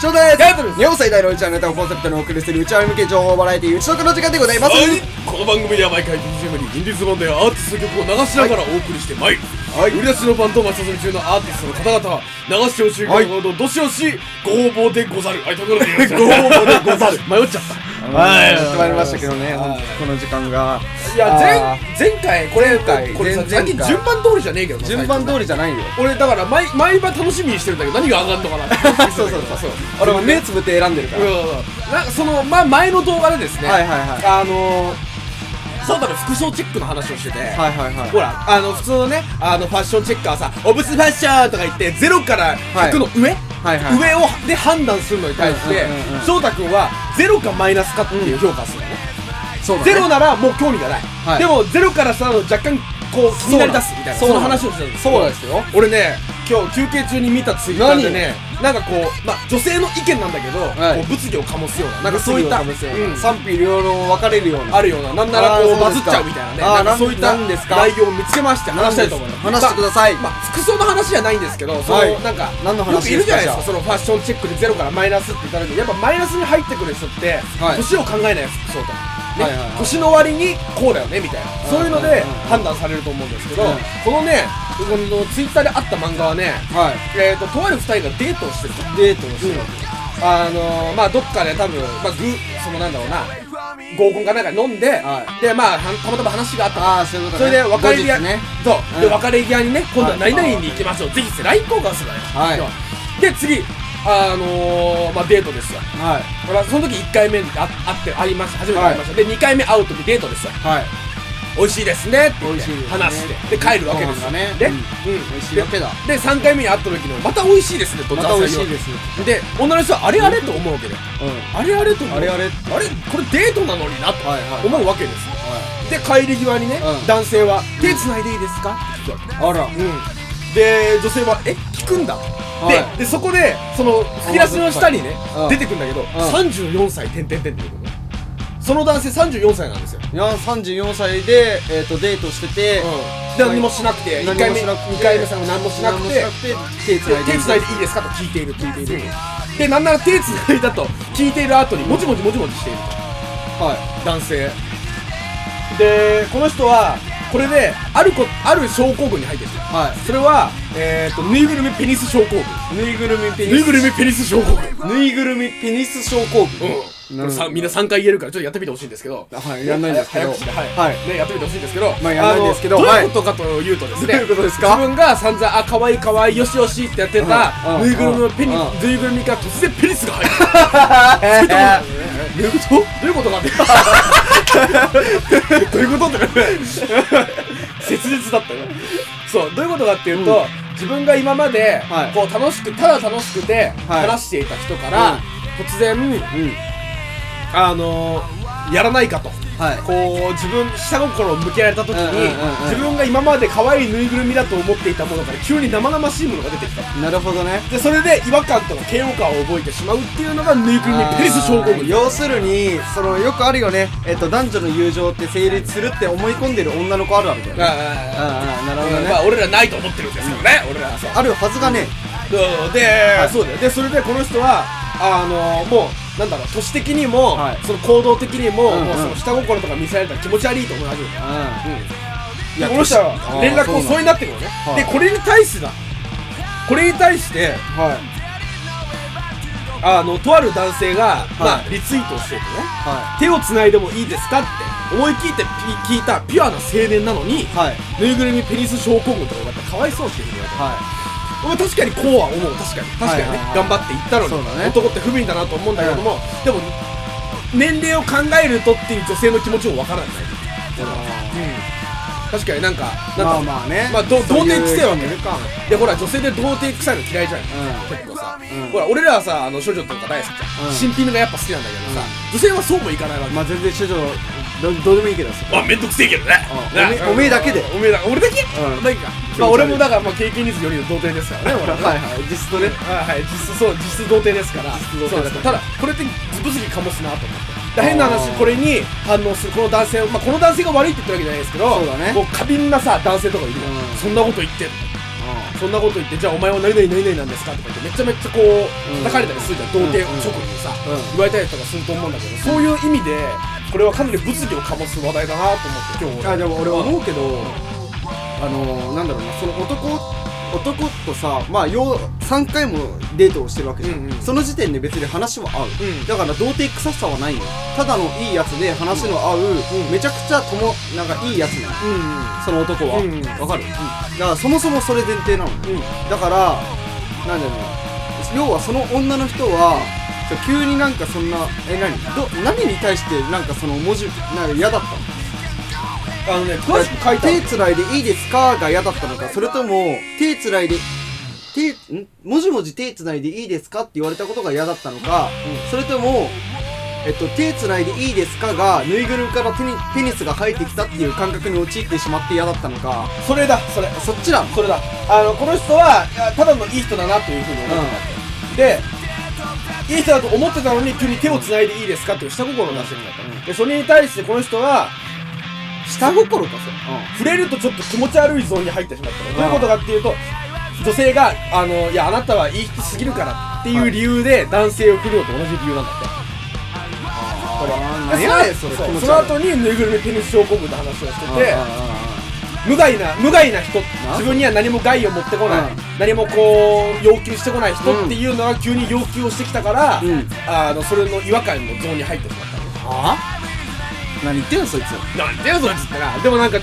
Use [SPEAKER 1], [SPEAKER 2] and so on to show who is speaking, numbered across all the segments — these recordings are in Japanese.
[SPEAKER 1] ちょうどです
[SPEAKER 2] ヤブル
[SPEAKER 1] 日本最大のうちわネタをコンセプトにお送りするうちわ向け情報バラエティうちとくの時間でございます
[SPEAKER 2] はいこの番組では毎回 BGM にインディーズ版でアーティストの曲を流しながらお送りしてまいる、
[SPEAKER 1] はい
[SPEAKER 2] 売り出しのバンドを待ち望み中のアーティストの方々は流してほしい曲などどしどしご応募でござ るはいということでよろしく
[SPEAKER 1] ご応募でござる
[SPEAKER 2] 迷っちゃった
[SPEAKER 1] はいやってまいりましたけどね
[SPEAKER 2] はい
[SPEAKER 1] 本当この時間が
[SPEAKER 2] いや前前回これ
[SPEAKER 1] 前回
[SPEAKER 2] これさ
[SPEAKER 1] 前
[SPEAKER 2] 最
[SPEAKER 1] 々回
[SPEAKER 2] 近順番通りじゃねえけどな
[SPEAKER 1] 順番
[SPEAKER 2] り
[SPEAKER 1] 通りじゃないよ
[SPEAKER 2] 俺だから毎毎晩楽しみにしてるんだけど何が上がるのかなって
[SPEAKER 1] そうそうそうそう俺も目つぶって選んでるか
[SPEAKER 2] うん
[SPEAKER 1] ら
[SPEAKER 2] なんかその、ま、前の動画でですね、
[SPEAKER 1] はいはいはい
[SPEAKER 2] あのー、そうだね服装チェックの話をしてて、
[SPEAKER 1] はいはいはい
[SPEAKER 2] ほらあの普通のねあのファッションチェッカーさ「オブスファッション」とか言って0から100の上、
[SPEAKER 1] はいはい
[SPEAKER 2] 上をで判断するのに対して、
[SPEAKER 1] うんうんうんうん
[SPEAKER 2] 翔太君は0かマイナスかっていう評価をするのね、
[SPEAKER 1] そうだね
[SPEAKER 2] ゼロならもう興味がない、
[SPEAKER 1] はい
[SPEAKER 2] でもゼロからしたら若干こう気になりだすみたいな
[SPEAKER 1] そ
[SPEAKER 2] そう
[SPEAKER 1] な
[SPEAKER 2] の
[SPEAKER 1] の
[SPEAKER 2] 話をしてたんです
[SPEAKER 1] そうですよ
[SPEAKER 2] 俺ね今日休憩中に見たツイッターでねなんかこう、まあ、女性の意見なんだけど、
[SPEAKER 1] はい
[SPEAKER 2] こう物議を醸すような
[SPEAKER 1] なんかそういった
[SPEAKER 2] 物議を醸すような
[SPEAKER 1] 賛否両論分かれるような
[SPEAKER 2] あるような、なんならこ
[SPEAKER 1] あー
[SPEAKER 2] うバズっちゃうみたいなね、
[SPEAKER 1] あー
[SPEAKER 2] なんかそういった
[SPEAKER 1] なんですか
[SPEAKER 2] 内容を見つけまして話したいと思います。
[SPEAKER 1] 話してください
[SPEAKER 2] まあまあ服装の話じゃないんですけど、その、
[SPEAKER 1] はい
[SPEAKER 2] なんか、
[SPEAKER 1] 何の話
[SPEAKER 2] よくいるじゃないですか、
[SPEAKER 1] です
[SPEAKER 2] そのファッションチェックでゼロからマイナスって言った時に、やっぱマイナスに入ってくる人って、
[SPEAKER 1] はい
[SPEAKER 2] 年を考えない服装とか。ね
[SPEAKER 1] はいはいはい
[SPEAKER 2] 年の割にこうだよねみたいな、そういうの
[SPEAKER 1] うんうん
[SPEAKER 2] で判断されると思うんですけど、
[SPEAKER 1] うん
[SPEAKER 2] このねこのツイッターであった漫画はね、
[SPEAKER 1] はい
[SPEAKER 2] えー、ととある2人がデートをしてると
[SPEAKER 1] デートをしてる
[SPEAKER 2] あのー、まあどっかで多分、まあ、ぐそのなんだろうな合コンかなんか飲んで、
[SPEAKER 1] は
[SPEAKER 2] でまあはんたまたま話があったと
[SPEAKER 1] ああそういうこと
[SPEAKER 2] それ
[SPEAKER 1] ね
[SPEAKER 2] で別れ際
[SPEAKER 1] 後日ね
[SPEAKER 2] そう、
[SPEAKER 1] うん
[SPEAKER 2] で別れ際にね今度は
[SPEAKER 1] はい
[SPEAKER 2] 何々に行きましょう、ぜひって LINE 交換するわよ、
[SPEAKER 1] はい
[SPEAKER 2] 今日で次あのー、まあデートですよ
[SPEAKER 1] はい
[SPEAKER 2] ほらその時1回目にあ会って会いました初めて会いました、で2回目会う時デートですよ
[SPEAKER 1] はい
[SPEAKER 2] 美味しいですねって言
[SPEAKER 1] 美
[SPEAKER 2] っ
[SPEAKER 1] 味しいで
[SPEAKER 2] て
[SPEAKER 1] すね
[SPEAKER 2] 話してで帰るわけです
[SPEAKER 1] ご飯が
[SPEAKER 2] よ
[SPEAKER 1] ね
[SPEAKER 2] で、
[SPEAKER 1] うん美味しいわけだ
[SPEAKER 2] でで3回目に会った時のまた美味しいですねと
[SPEAKER 1] また美味しいですす
[SPEAKER 2] で女の人はあれあれと思うわけど
[SPEAKER 1] うんは
[SPEAKER 2] あれあれと思う
[SPEAKER 1] あれあれ
[SPEAKER 2] あれこれデートなのになと
[SPEAKER 1] はいはい
[SPEAKER 2] 思うわけですよで帰り際にね、
[SPEAKER 1] うん
[SPEAKER 2] 男性は「手繋いでいいですか?」って聞くわ
[SPEAKER 1] いあら
[SPEAKER 2] け、で女性は「え聞くんだ」
[SPEAKER 1] い
[SPEAKER 2] ででそこでその引き出しの下にね
[SPEAKER 1] うん
[SPEAKER 2] 出てくんだけど、34歳てんてんてんっていうことねその男性34歳なんですよ、
[SPEAKER 1] いや34歳で、えー、とデートしてて、
[SPEAKER 2] 何もしなくて
[SPEAKER 1] 何も
[SPEAKER 2] 1回目
[SPEAKER 1] しなくて
[SPEAKER 2] 2回目さんも何もしなくて
[SPEAKER 1] 何も手つないで
[SPEAKER 2] 手つないでいいですかと聞いている聞いているでなんなら手つないだと聞いている後にもじもじもじもじしている
[SPEAKER 1] は
[SPEAKER 2] 男性でこの人はこれであるこある症候群に入ってるんですよ
[SPEAKER 1] いは
[SPEAKER 2] それは、えー、とぬいぐるみペニス症候群
[SPEAKER 1] いぬいぐるみペ
[SPEAKER 2] ぬいぐる
[SPEAKER 1] み
[SPEAKER 2] みペニス症候群
[SPEAKER 1] ぬいぐるみペニス症 候群
[SPEAKER 2] うん
[SPEAKER 1] なる
[SPEAKER 2] これ
[SPEAKER 1] ほ
[SPEAKER 2] さ
[SPEAKER 1] ど
[SPEAKER 2] みんな3回言えるからちょっとやってみてほしいんですけど
[SPEAKER 1] はいやんないんですけど
[SPEAKER 2] 早口ではい、
[SPEAKER 1] はい
[SPEAKER 2] ね、やってみてほしいんですけど
[SPEAKER 1] まあやんないんですけど
[SPEAKER 2] あのどう
[SPEAKER 1] はい
[SPEAKER 2] いうことかというとですね
[SPEAKER 1] どういうことですか
[SPEAKER 2] 自分が散々あ可愛い可愛いよしよしってやって
[SPEAKER 1] うん
[SPEAKER 2] た
[SPEAKER 1] うん
[SPEAKER 2] ぬいぐるみのペニ
[SPEAKER 1] うん
[SPEAKER 2] ぬいぐるみから突然ペニスが入る
[SPEAKER 1] え
[SPEAKER 2] どういうことどういうことなんだよ どういうことって切実だったよそうどういうことかっていうと、自分が今まで、
[SPEAKER 1] はい
[SPEAKER 2] こう楽しくただ楽しくて
[SPEAKER 1] はい
[SPEAKER 2] 話していた人から、
[SPEAKER 1] うん
[SPEAKER 2] 突然
[SPEAKER 1] ーうん
[SPEAKER 2] あのー、やらないかと
[SPEAKER 1] はい
[SPEAKER 2] こう自分下心を向けられた時に、
[SPEAKER 1] うんうんうんうん
[SPEAKER 2] 自分が今まで可愛いぬいぐるみだと思っていたものから急に生々しいものが出てきた
[SPEAKER 1] なるほどね
[SPEAKER 2] でそれで違和感とか嫌悪感を覚えてしまうっていうのがぬいぐるみペリス症候群
[SPEAKER 1] 要するにそのよくあるよね、えっと男女の友情って成立するって思い込んでる女の子あるあるだよね
[SPEAKER 2] あ
[SPEAKER 1] ああなるほど
[SPEAKER 2] あ
[SPEAKER 1] ね、
[SPEAKER 2] まあ俺らないと思ってるんですけどね、俺らはさ
[SPEAKER 1] あるはずがね
[SPEAKER 2] そうで、そうだよでそれでこの人はあのもうなんだろう年的にも、
[SPEAKER 1] はい
[SPEAKER 2] その行動的にも,、
[SPEAKER 1] うんうん
[SPEAKER 2] もうその下心とか見せられたら気持ち悪いと思い始めた
[SPEAKER 1] う
[SPEAKER 2] でこの人は連絡も
[SPEAKER 1] 遅
[SPEAKER 2] 疎遠
[SPEAKER 1] い
[SPEAKER 2] になってくるのね、
[SPEAKER 1] はい
[SPEAKER 2] でこれに対してだこれに対して
[SPEAKER 1] はい
[SPEAKER 2] あのとある男性が、
[SPEAKER 1] は
[SPEAKER 2] まあ、リツイートをしてるのね
[SPEAKER 1] は
[SPEAKER 2] 手をつないでもいいですかって思い切ってピ聞いたピュアな青年なの
[SPEAKER 1] い
[SPEAKER 2] に、
[SPEAKER 1] はい
[SPEAKER 2] ぬいぐるみペニス症候群とかがあったらかわいそうって言われて
[SPEAKER 1] は
[SPEAKER 2] 俺確かにこうは思う確か
[SPEAKER 1] は
[SPEAKER 2] に確かにね、
[SPEAKER 1] いはいはい
[SPEAKER 2] 頑張っていったの
[SPEAKER 1] そう
[SPEAKER 2] に、
[SPEAKER 1] だね
[SPEAKER 2] 男って不憫だなと思うんだけども、でも年齢を考えるとっていう女性の気持ちもわからない、確かになんかな
[SPEAKER 1] まあ
[SPEAKER 2] んか
[SPEAKER 1] まあね
[SPEAKER 2] まあどう
[SPEAKER 1] そういう
[SPEAKER 2] 童貞臭いわけ
[SPEAKER 1] 人もいるか
[SPEAKER 2] でほら女性で童貞臭いの嫌いじゃん、
[SPEAKER 1] うん
[SPEAKER 2] 結構さ、
[SPEAKER 1] うん
[SPEAKER 2] ほら俺らはさあの処女とか大好きじゃん、
[SPEAKER 1] うん
[SPEAKER 2] 新品がやっぱ好きなんだけどさ、女性はそうもいかないわけ、
[SPEAKER 1] まあ全然処女どどうでもいいけどさ
[SPEAKER 2] まあ、めんどくせえけどね
[SPEAKER 1] うんおめ
[SPEAKER 2] な
[SPEAKER 1] おめえだけで
[SPEAKER 2] おめえだ俺だけ、
[SPEAKER 1] うん
[SPEAKER 2] なんかまあ俺もだからまあ経験率よりの童貞ですからね俺はね
[SPEAKER 1] はいはい実質ね
[SPEAKER 2] はいはい、実質そう実質童貞ですから
[SPEAKER 1] 実質童貞です
[SPEAKER 2] そうただこれって物議かもすなと思ってだ変な話
[SPEAKER 1] あー
[SPEAKER 2] これに反応するこの男性、まあ、この男性が悪いって言ってるわけじゃないですけど
[SPEAKER 1] そうだね
[SPEAKER 2] もう過敏なさ男性とかいるよ、
[SPEAKER 1] うん
[SPEAKER 2] そんなこと言ってんのそんなこと言って、じゃあお前は何々何々なんですかとか言って、めちゃめちゃこう、
[SPEAKER 1] うん
[SPEAKER 2] 叩かれたりするじゃん、童貞直後にさ、
[SPEAKER 1] うん
[SPEAKER 2] 言われたりとかすると思うんだけど、そういう意味で、これはかなり物議を醸す話題だなと思って、今日
[SPEAKER 1] あでも俺は思うけどあのー、なんだろうなその男男とさまあよう3回もデートをしてるわけじゃん、
[SPEAKER 2] うんうん
[SPEAKER 1] その時点で別に話は合う、
[SPEAKER 2] うん
[SPEAKER 1] だから童貞臭さはないよただのいいやつで話の合う、めちゃくちゃともなんかいいやつなの
[SPEAKER 2] うん、
[SPEAKER 1] その男はわ、
[SPEAKER 2] うんうん
[SPEAKER 1] かる、だからそもそもそれ前提なの、
[SPEAKER 2] うん、うん、
[SPEAKER 1] だからなんだろうな要はその女の人はそう急になんかそんなえ何ど何に対してなんかその文字なんか嫌だったの
[SPEAKER 2] あのね、詳しく書いてある
[SPEAKER 1] 手つないでいいですかが嫌だったのか、それとも、手つないで、手、んもじもじ手つないでいいですかって言われたことが嫌だったのか、それとも、えっと、手つないでいいですかが、ぬいぐるみからペニペニスが生えてきたっていう感覚に陥ってしまって嫌だったのか、
[SPEAKER 2] それだ、それ、
[SPEAKER 1] そっちなの
[SPEAKER 2] それだ、あの、この人は、いやただのいい人だなというふうに思ってたわけで、いい人だと思ってたのに急に手を繋いでいいですかっていう下心を出してきた
[SPEAKER 1] うん
[SPEAKER 2] で、それに対してこの人は、
[SPEAKER 1] 下心か、
[SPEAKER 2] 触れるとちょっと気持ち悪いゾーンに入ってしまったのどういう
[SPEAKER 1] ああ
[SPEAKER 2] ことかっていうと女性があのいやあなたはいい人すぎるからっていう理由で男性を振るのと同じ理由なんだってこれ
[SPEAKER 1] あー
[SPEAKER 2] で
[SPEAKER 1] なんやねんそれ
[SPEAKER 2] そう
[SPEAKER 1] 気持ち
[SPEAKER 2] その
[SPEAKER 1] 悪い
[SPEAKER 2] 後にぬいぐるみペニス症候群の話をして
[SPEAKER 1] うん。
[SPEAKER 2] て無害な無害な人
[SPEAKER 1] な
[SPEAKER 2] 自分には何も害を持ってこない
[SPEAKER 1] うん
[SPEAKER 2] 何もこう要求してこない人っていうのが急に要求をしてきたから、
[SPEAKER 1] うん
[SPEAKER 2] あのそれの違和感のゾーンに入ってしまったの
[SPEAKER 1] はぁ何言ってんの、そいつ。
[SPEAKER 2] なんでよそれっつったらでもなんか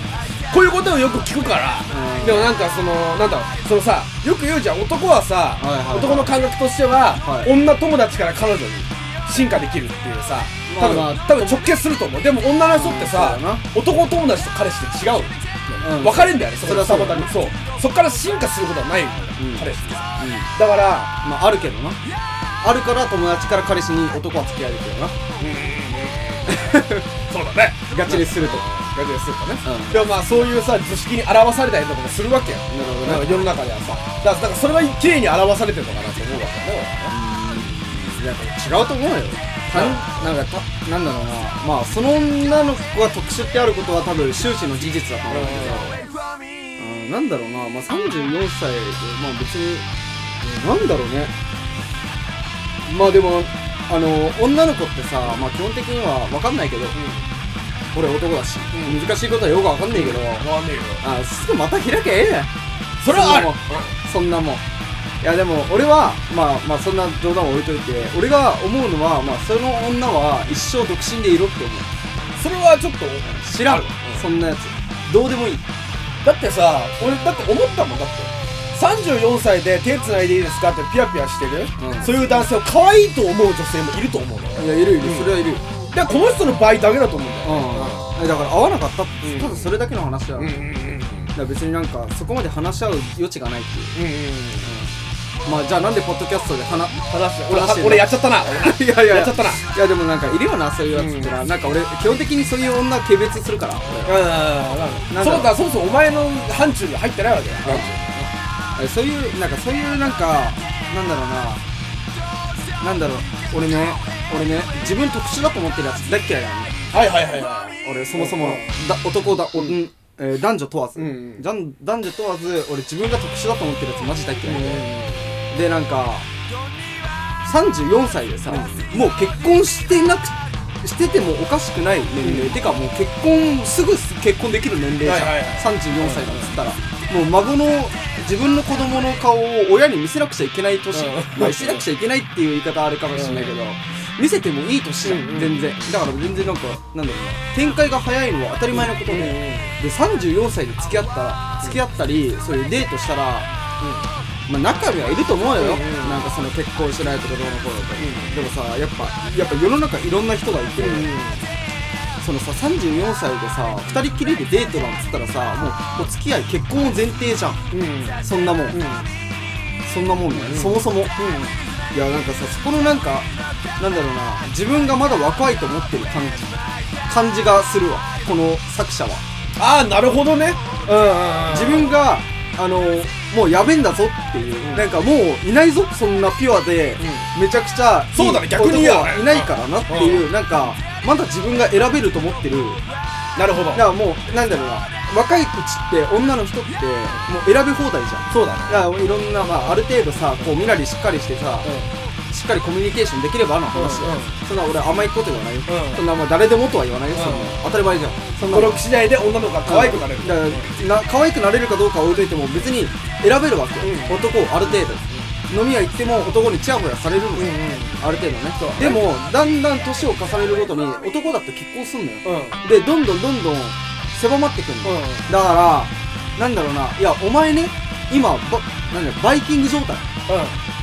[SPEAKER 2] こういうことをよく聞くから、
[SPEAKER 1] うん
[SPEAKER 2] でもなんかそのなんだろうそのさよく言うじゃん男はさ、
[SPEAKER 1] いはいはい
[SPEAKER 2] 男の感覚としては、
[SPEAKER 1] はい
[SPEAKER 2] 女友達から彼女に進化できるっていうさ
[SPEAKER 1] ま
[SPEAKER 2] 多
[SPEAKER 1] あ
[SPEAKER 2] 分,、
[SPEAKER 1] まあ
[SPEAKER 2] 多分直結すると思うでも女の人ってさ
[SPEAKER 1] うんそうだな
[SPEAKER 2] 男友達と彼氏って違
[SPEAKER 1] う
[SPEAKER 2] う、
[SPEAKER 1] ん
[SPEAKER 2] 分かれんだよねそこ
[SPEAKER 1] それは
[SPEAKER 2] さ
[SPEAKER 1] そうだ
[SPEAKER 2] またにそうそっから進化することはないんだよ、
[SPEAKER 1] うん
[SPEAKER 2] 彼氏ってさ
[SPEAKER 1] うん。
[SPEAKER 2] だから
[SPEAKER 1] まあ、あるけどな。あるから友達から彼氏に男は付き合えるけどな。
[SPEAKER 2] そうだね
[SPEAKER 1] ガチですると。
[SPEAKER 2] ガチでするかね、
[SPEAKER 1] うん
[SPEAKER 2] でもまあそういうさ図式に表されたりとかもするわけよ
[SPEAKER 1] なるほどね
[SPEAKER 2] なんか世の中ではさだからなんかそれは綺麗に表されてるのかなと思うわけよね
[SPEAKER 1] なんか違うと思うよ。たんなんかた、なんだろうな。まあ、その女の子が特殊ってあることは多分終始の事実だと思うんだけど、うん、なんだろうな。まあ、34歳で、まあ別に、うんなんだろうね。まあでも、あの、女の子ってさ、まあ基本的にはわかんないけど、俺男だし、
[SPEAKER 2] う
[SPEAKER 1] 難しいことはよくわかんないけど、
[SPEAKER 2] わかんねえよ
[SPEAKER 1] あ、すぐまた開けええやん
[SPEAKER 2] それはある
[SPEAKER 1] うんそんなもん。いやでも俺は、まあまあそんな冗談は置いといて、俺が思うのは、まあその女は一生独身でいろって思う。
[SPEAKER 2] それはちょっと
[SPEAKER 1] 知らん、
[SPEAKER 2] ある
[SPEAKER 1] そんなやつ。どうでもいい。
[SPEAKER 2] だってさ俺だって思ったもんだって34歳で手繋いでいいですかってピヤピヤしてる、
[SPEAKER 1] うん
[SPEAKER 2] そういう男性を可愛いと思う女性もいると思うのよ
[SPEAKER 1] いや、いるいる
[SPEAKER 2] うん、
[SPEAKER 1] それはいるよ。
[SPEAKER 2] だからこの人の場合だけだと思うんだよ
[SPEAKER 1] うん。だから合わなかったって、
[SPEAKER 2] うん
[SPEAKER 1] ただそれだけの話だよ。だか
[SPEAKER 2] うんうん
[SPEAKER 1] ら別になんかそこまで話し合う余地がないっていう。
[SPEAKER 2] うん
[SPEAKER 1] まあじゃあなんでポッドキャストで話、
[SPEAKER 2] 話して
[SPEAKER 1] 話して
[SPEAKER 2] 俺
[SPEAKER 1] る
[SPEAKER 2] 俺やっちゃったな
[SPEAKER 1] いやいや
[SPEAKER 2] やっちゃ ったない
[SPEAKER 1] やでもなんかいるよな、そういうやつってな。なんか俺、基本的にそういう女軽蔑するから。
[SPEAKER 2] うん
[SPEAKER 1] なんだろう
[SPEAKER 2] そうだそもそもお前の範疇に入ってないわけだよ
[SPEAKER 1] えそういうなんかそういうなんかなんだろうななんだろう俺ね俺ね自分特殊だと思ってるやつ大っ嫌いなのね
[SPEAKER 2] はいはいはいはい
[SPEAKER 1] 俺そもそもだ男だ、おんえー男女問わず、
[SPEAKER 2] うんうん
[SPEAKER 1] じゃん男女問わず俺自分が特殊だと思ってるやつマジ大っ嫌いで、でなんか34歳でさ、もう結婚してなくしててもおかしくない年齢、てかもう結婚すぐ結婚できる年齢じゃん、
[SPEAKER 2] はいはいはい
[SPEAKER 1] 34歳だっつったら、もう孫の自分の子供の顔を親に見せなくちゃいけない年、
[SPEAKER 2] うん
[SPEAKER 1] まあ見せなくちゃいけないっていう言い方あるかもしれないけど、見せてもいい年じゃん、
[SPEAKER 2] うんうん
[SPEAKER 1] 全然だから全然なんかなんだろうな展開が早いのは当たり前のことで、
[SPEAKER 2] うんうん
[SPEAKER 1] で34歳で付き合ったら付き合ったりそういうデートしたら、まあ、中身はいると思うよ、
[SPEAKER 2] うんうん
[SPEAKER 1] なんかその結婚してないとかどうのこうのとか、でもさやっぱやっぱ世の中いろんな人がいて、そのさ34歳でさ2人っきりでデートなんつったらさもうお付き合い結婚を前提じゃん
[SPEAKER 2] うんうんうん
[SPEAKER 1] そんなもん、
[SPEAKER 2] うん
[SPEAKER 1] そんなもんね、そもそも、いやなんかさそこのなんかなんだろうな自分がまだ若いと思ってる感じ感じがするわこの作者は
[SPEAKER 2] ああなるほどねうんうん
[SPEAKER 1] 自分があのもうやべえんだぞっていう、なんかもういないぞそんなピュアで、めちゃくちゃいい
[SPEAKER 2] そうだね逆に言えばね
[SPEAKER 1] 男はいないからなっていう、なんかまだ自分が選べると思ってる
[SPEAKER 2] なるほど
[SPEAKER 1] だからもうなんだろうな若い口って女の人ってもう選び放題じゃん
[SPEAKER 2] そうだね
[SPEAKER 1] だからいろんな、まあ、ある程度さこう身なりしっかりしてさ、しっかりコミュニケーションできればの話だよ、
[SPEAKER 2] うんう
[SPEAKER 1] そんな俺甘いこと言わないよ、
[SPEAKER 2] うん
[SPEAKER 1] そんなまあ誰でもとは言わないよ、そんな
[SPEAKER 2] うん
[SPEAKER 1] 当たり前じゃんそんな
[SPEAKER 2] 登録次第で女の子が可愛くなれる
[SPEAKER 1] だからな可愛くなれるかどうかは置いといても別に選べるわけ、
[SPEAKER 2] うん
[SPEAKER 1] 男をある程度、飲み屋行っても男にチヤホヤされるのよ、ある程度ね
[SPEAKER 2] そう
[SPEAKER 1] でもだんだん年を重ねるごとに男だって結婚すんのよ、
[SPEAKER 2] うんうん
[SPEAKER 1] でどんどんどんどん狭まってくるの、だからなんだろうないやお前ね今ばなんだよバイキング状態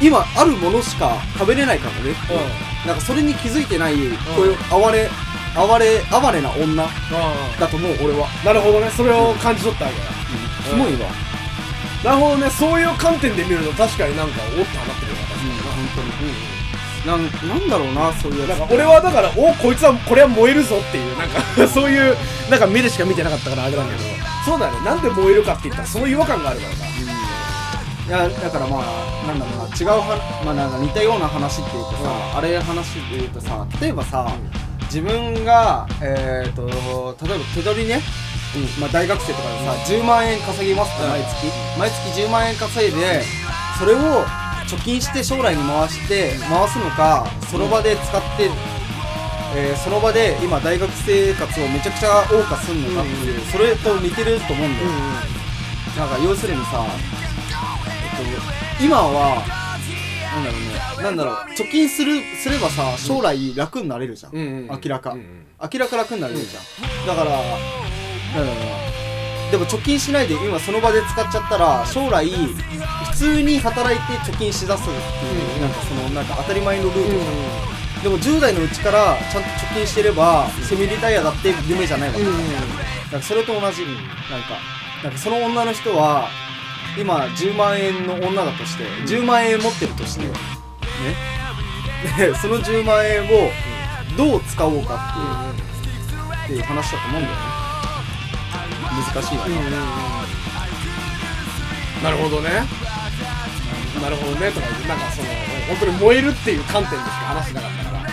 [SPEAKER 1] 今あるものしか食べれないからね、なんかそれに気づいてない、こういう哀れ哀れ哀れな女だと思う俺は、
[SPEAKER 2] なるほどねそれを感じ取ったわけだ
[SPEAKER 1] キモいわ、
[SPEAKER 2] なるほどねそういう観点で見ると確かになんかおっと話ってくるな
[SPEAKER 1] うん、本当に、なんなんだろうなそういうや
[SPEAKER 2] な
[SPEAKER 1] つ
[SPEAKER 2] んか俺はだからおこいつはこれは燃えるぞっていうなんか そういうなんか目でしか見てなかったからあれなんだけどそうだねなんで燃えるかって言ったらその違和感があるからさ
[SPEAKER 1] いやだからまあなんだろうな違うは、まあ、なんか似たような話っていうかさ、
[SPEAKER 2] うん
[SPEAKER 1] あれ話で言うとさ例えばさ、自分がえっ、と例えば手取りね、まあ、大学生とかでさ10万円稼ぎますって
[SPEAKER 2] うん
[SPEAKER 1] 毎月、毎月10万円稼いでそれを貯金して将来に回して回すのかその場で使って、えーその場で今大学生活をめちゃくちゃ謳歌するのかっていう、それと似てると思うんだよ、なんか要するにさ、えっと、今は、なんだろうね、なんだろう、貯金する、すればさ、将来楽になれるじゃん。
[SPEAKER 2] うん
[SPEAKER 1] 明らか、
[SPEAKER 2] うんうん
[SPEAKER 1] 明らか楽になれるじゃん。だから、なんだろうな。でも貯金しないで今その場で使っちゃったら将来普通に働いて貯金しだすっていう、
[SPEAKER 2] うん
[SPEAKER 1] なんかそのなんか当たり前のルール
[SPEAKER 2] うん
[SPEAKER 1] じゃん、でも10代のうちからちゃんと貯金してればセミリタイアだって夢じゃないわけ、
[SPEAKER 2] うん
[SPEAKER 1] なんかそれと同じ、なんか、なんかその女の人は、今10万円の女だとして、10万円持ってるとして、ね。で、その10万円をどう使おうかっていう、っていう話だと思うんだよね。難しいわね。
[SPEAKER 2] なるほどねなるほどねとか言ってなんかその本当に燃えるっていう観点でしか話してなかったからなんか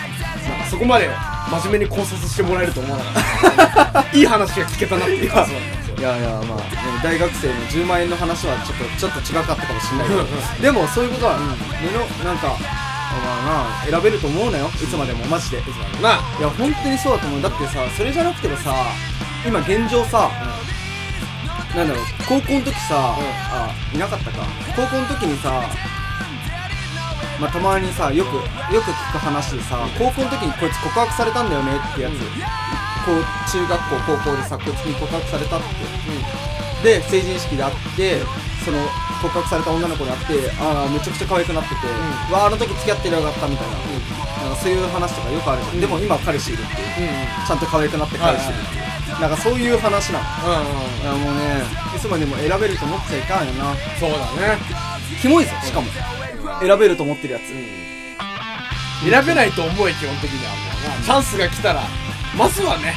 [SPEAKER 2] そこまで真面目に考察してもらえると思わなかったいい話が聞けたなっていう感想だったんですよ
[SPEAKER 1] いやいやまあでも大学生の10万円の話はちょっとちょっと違かったかもしれないけ
[SPEAKER 2] うん
[SPEAKER 1] どでもそういうことは、目のなんかまあな選べると思うなよいつまでもマジでいつまでも
[SPEAKER 2] なあ
[SPEAKER 1] いや本当にそうだと思うだってさそれじゃなくてもさ今現状さ、なんだろう高校の時さ、
[SPEAKER 2] うん
[SPEAKER 1] あいなかったか高校の時にさまあ、たまにさよくよく聞く話でさ高校の時にこいつ告白されたんだよねってやつ、こう中学校高校でさこいつに告白されたって、で成人式で会ってその告白された女の子に会ってああめちゃくちゃ可愛くなってて、
[SPEAKER 2] ん
[SPEAKER 1] わああの時付き合ってりゃよかったみたいな,、なんかそういう話とかよくあるじゃん、でも今彼氏いるっていうちゃんと可愛くなって返してるっていう、なんかそういう話なのいやもうねいつまでも選べると思っちゃいかんよな
[SPEAKER 2] そうだね
[SPEAKER 1] キモいぞしかも選べると思ってるやつ
[SPEAKER 2] 選べないと思え基本的にはもうなチャンスが来たらまずはね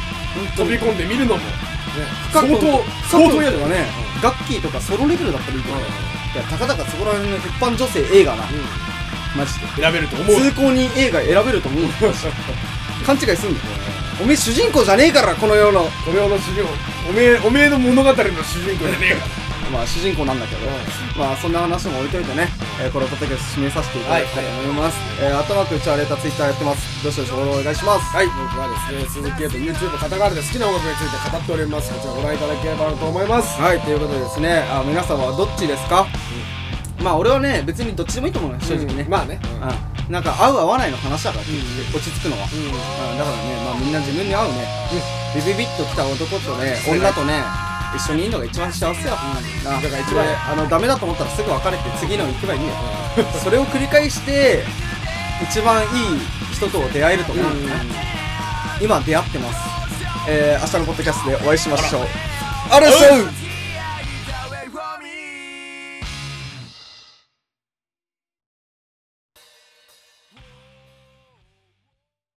[SPEAKER 2] 飛び込んでみるのも、ね、相当相当
[SPEAKER 1] や
[SPEAKER 2] や
[SPEAKER 1] と
[SPEAKER 2] だ
[SPEAKER 1] かねガッキーとかソロレベルだったらいいけど、いやたかだかそこら辺の一般女性 A がな、マジで
[SPEAKER 2] 選べると思う
[SPEAKER 1] 通行人 A が選べると 思う勘違いすんだよおめえ主人公じゃねえからこの世の
[SPEAKER 2] おめえの主人公おめえおめえの物語の主人公じゃねえか
[SPEAKER 1] まあ主人公なんだけど、まあそんな話も置いといてね、えー、このポッドキャスト締めさせていただきたいと思います。えー、頭く打ち荒れたツイッターやってます。どしどしフォローお願いします。
[SPEAKER 2] はい僕はですね鈴木エイト YouTube カタカナで好きな音楽について語っておりますこちらご覧いただければと思います
[SPEAKER 1] はい、ということでですね、あ皆さんはどっちですか、まあ俺はね、別にどっちでもいいと思うよ、正直ね。
[SPEAKER 2] うんまあね
[SPEAKER 1] うんなんか合う合わないの話だから、落ち着くのは、
[SPEAKER 2] ん
[SPEAKER 1] うんだからね、まあみんな自分に合うね、ビビビッと来た男とね、女とね、一緒にいるのが一番幸せや、な
[SPEAKER 2] だから一番
[SPEAKER 1] であのダメだと思ったらすぐ別れて次の行けばいいんだよ、それを繰り返して一番いい人と出会えると思うんだよね、今出会ってます、えー、明日のポッドキャストでお会いしましょうあらっしゃい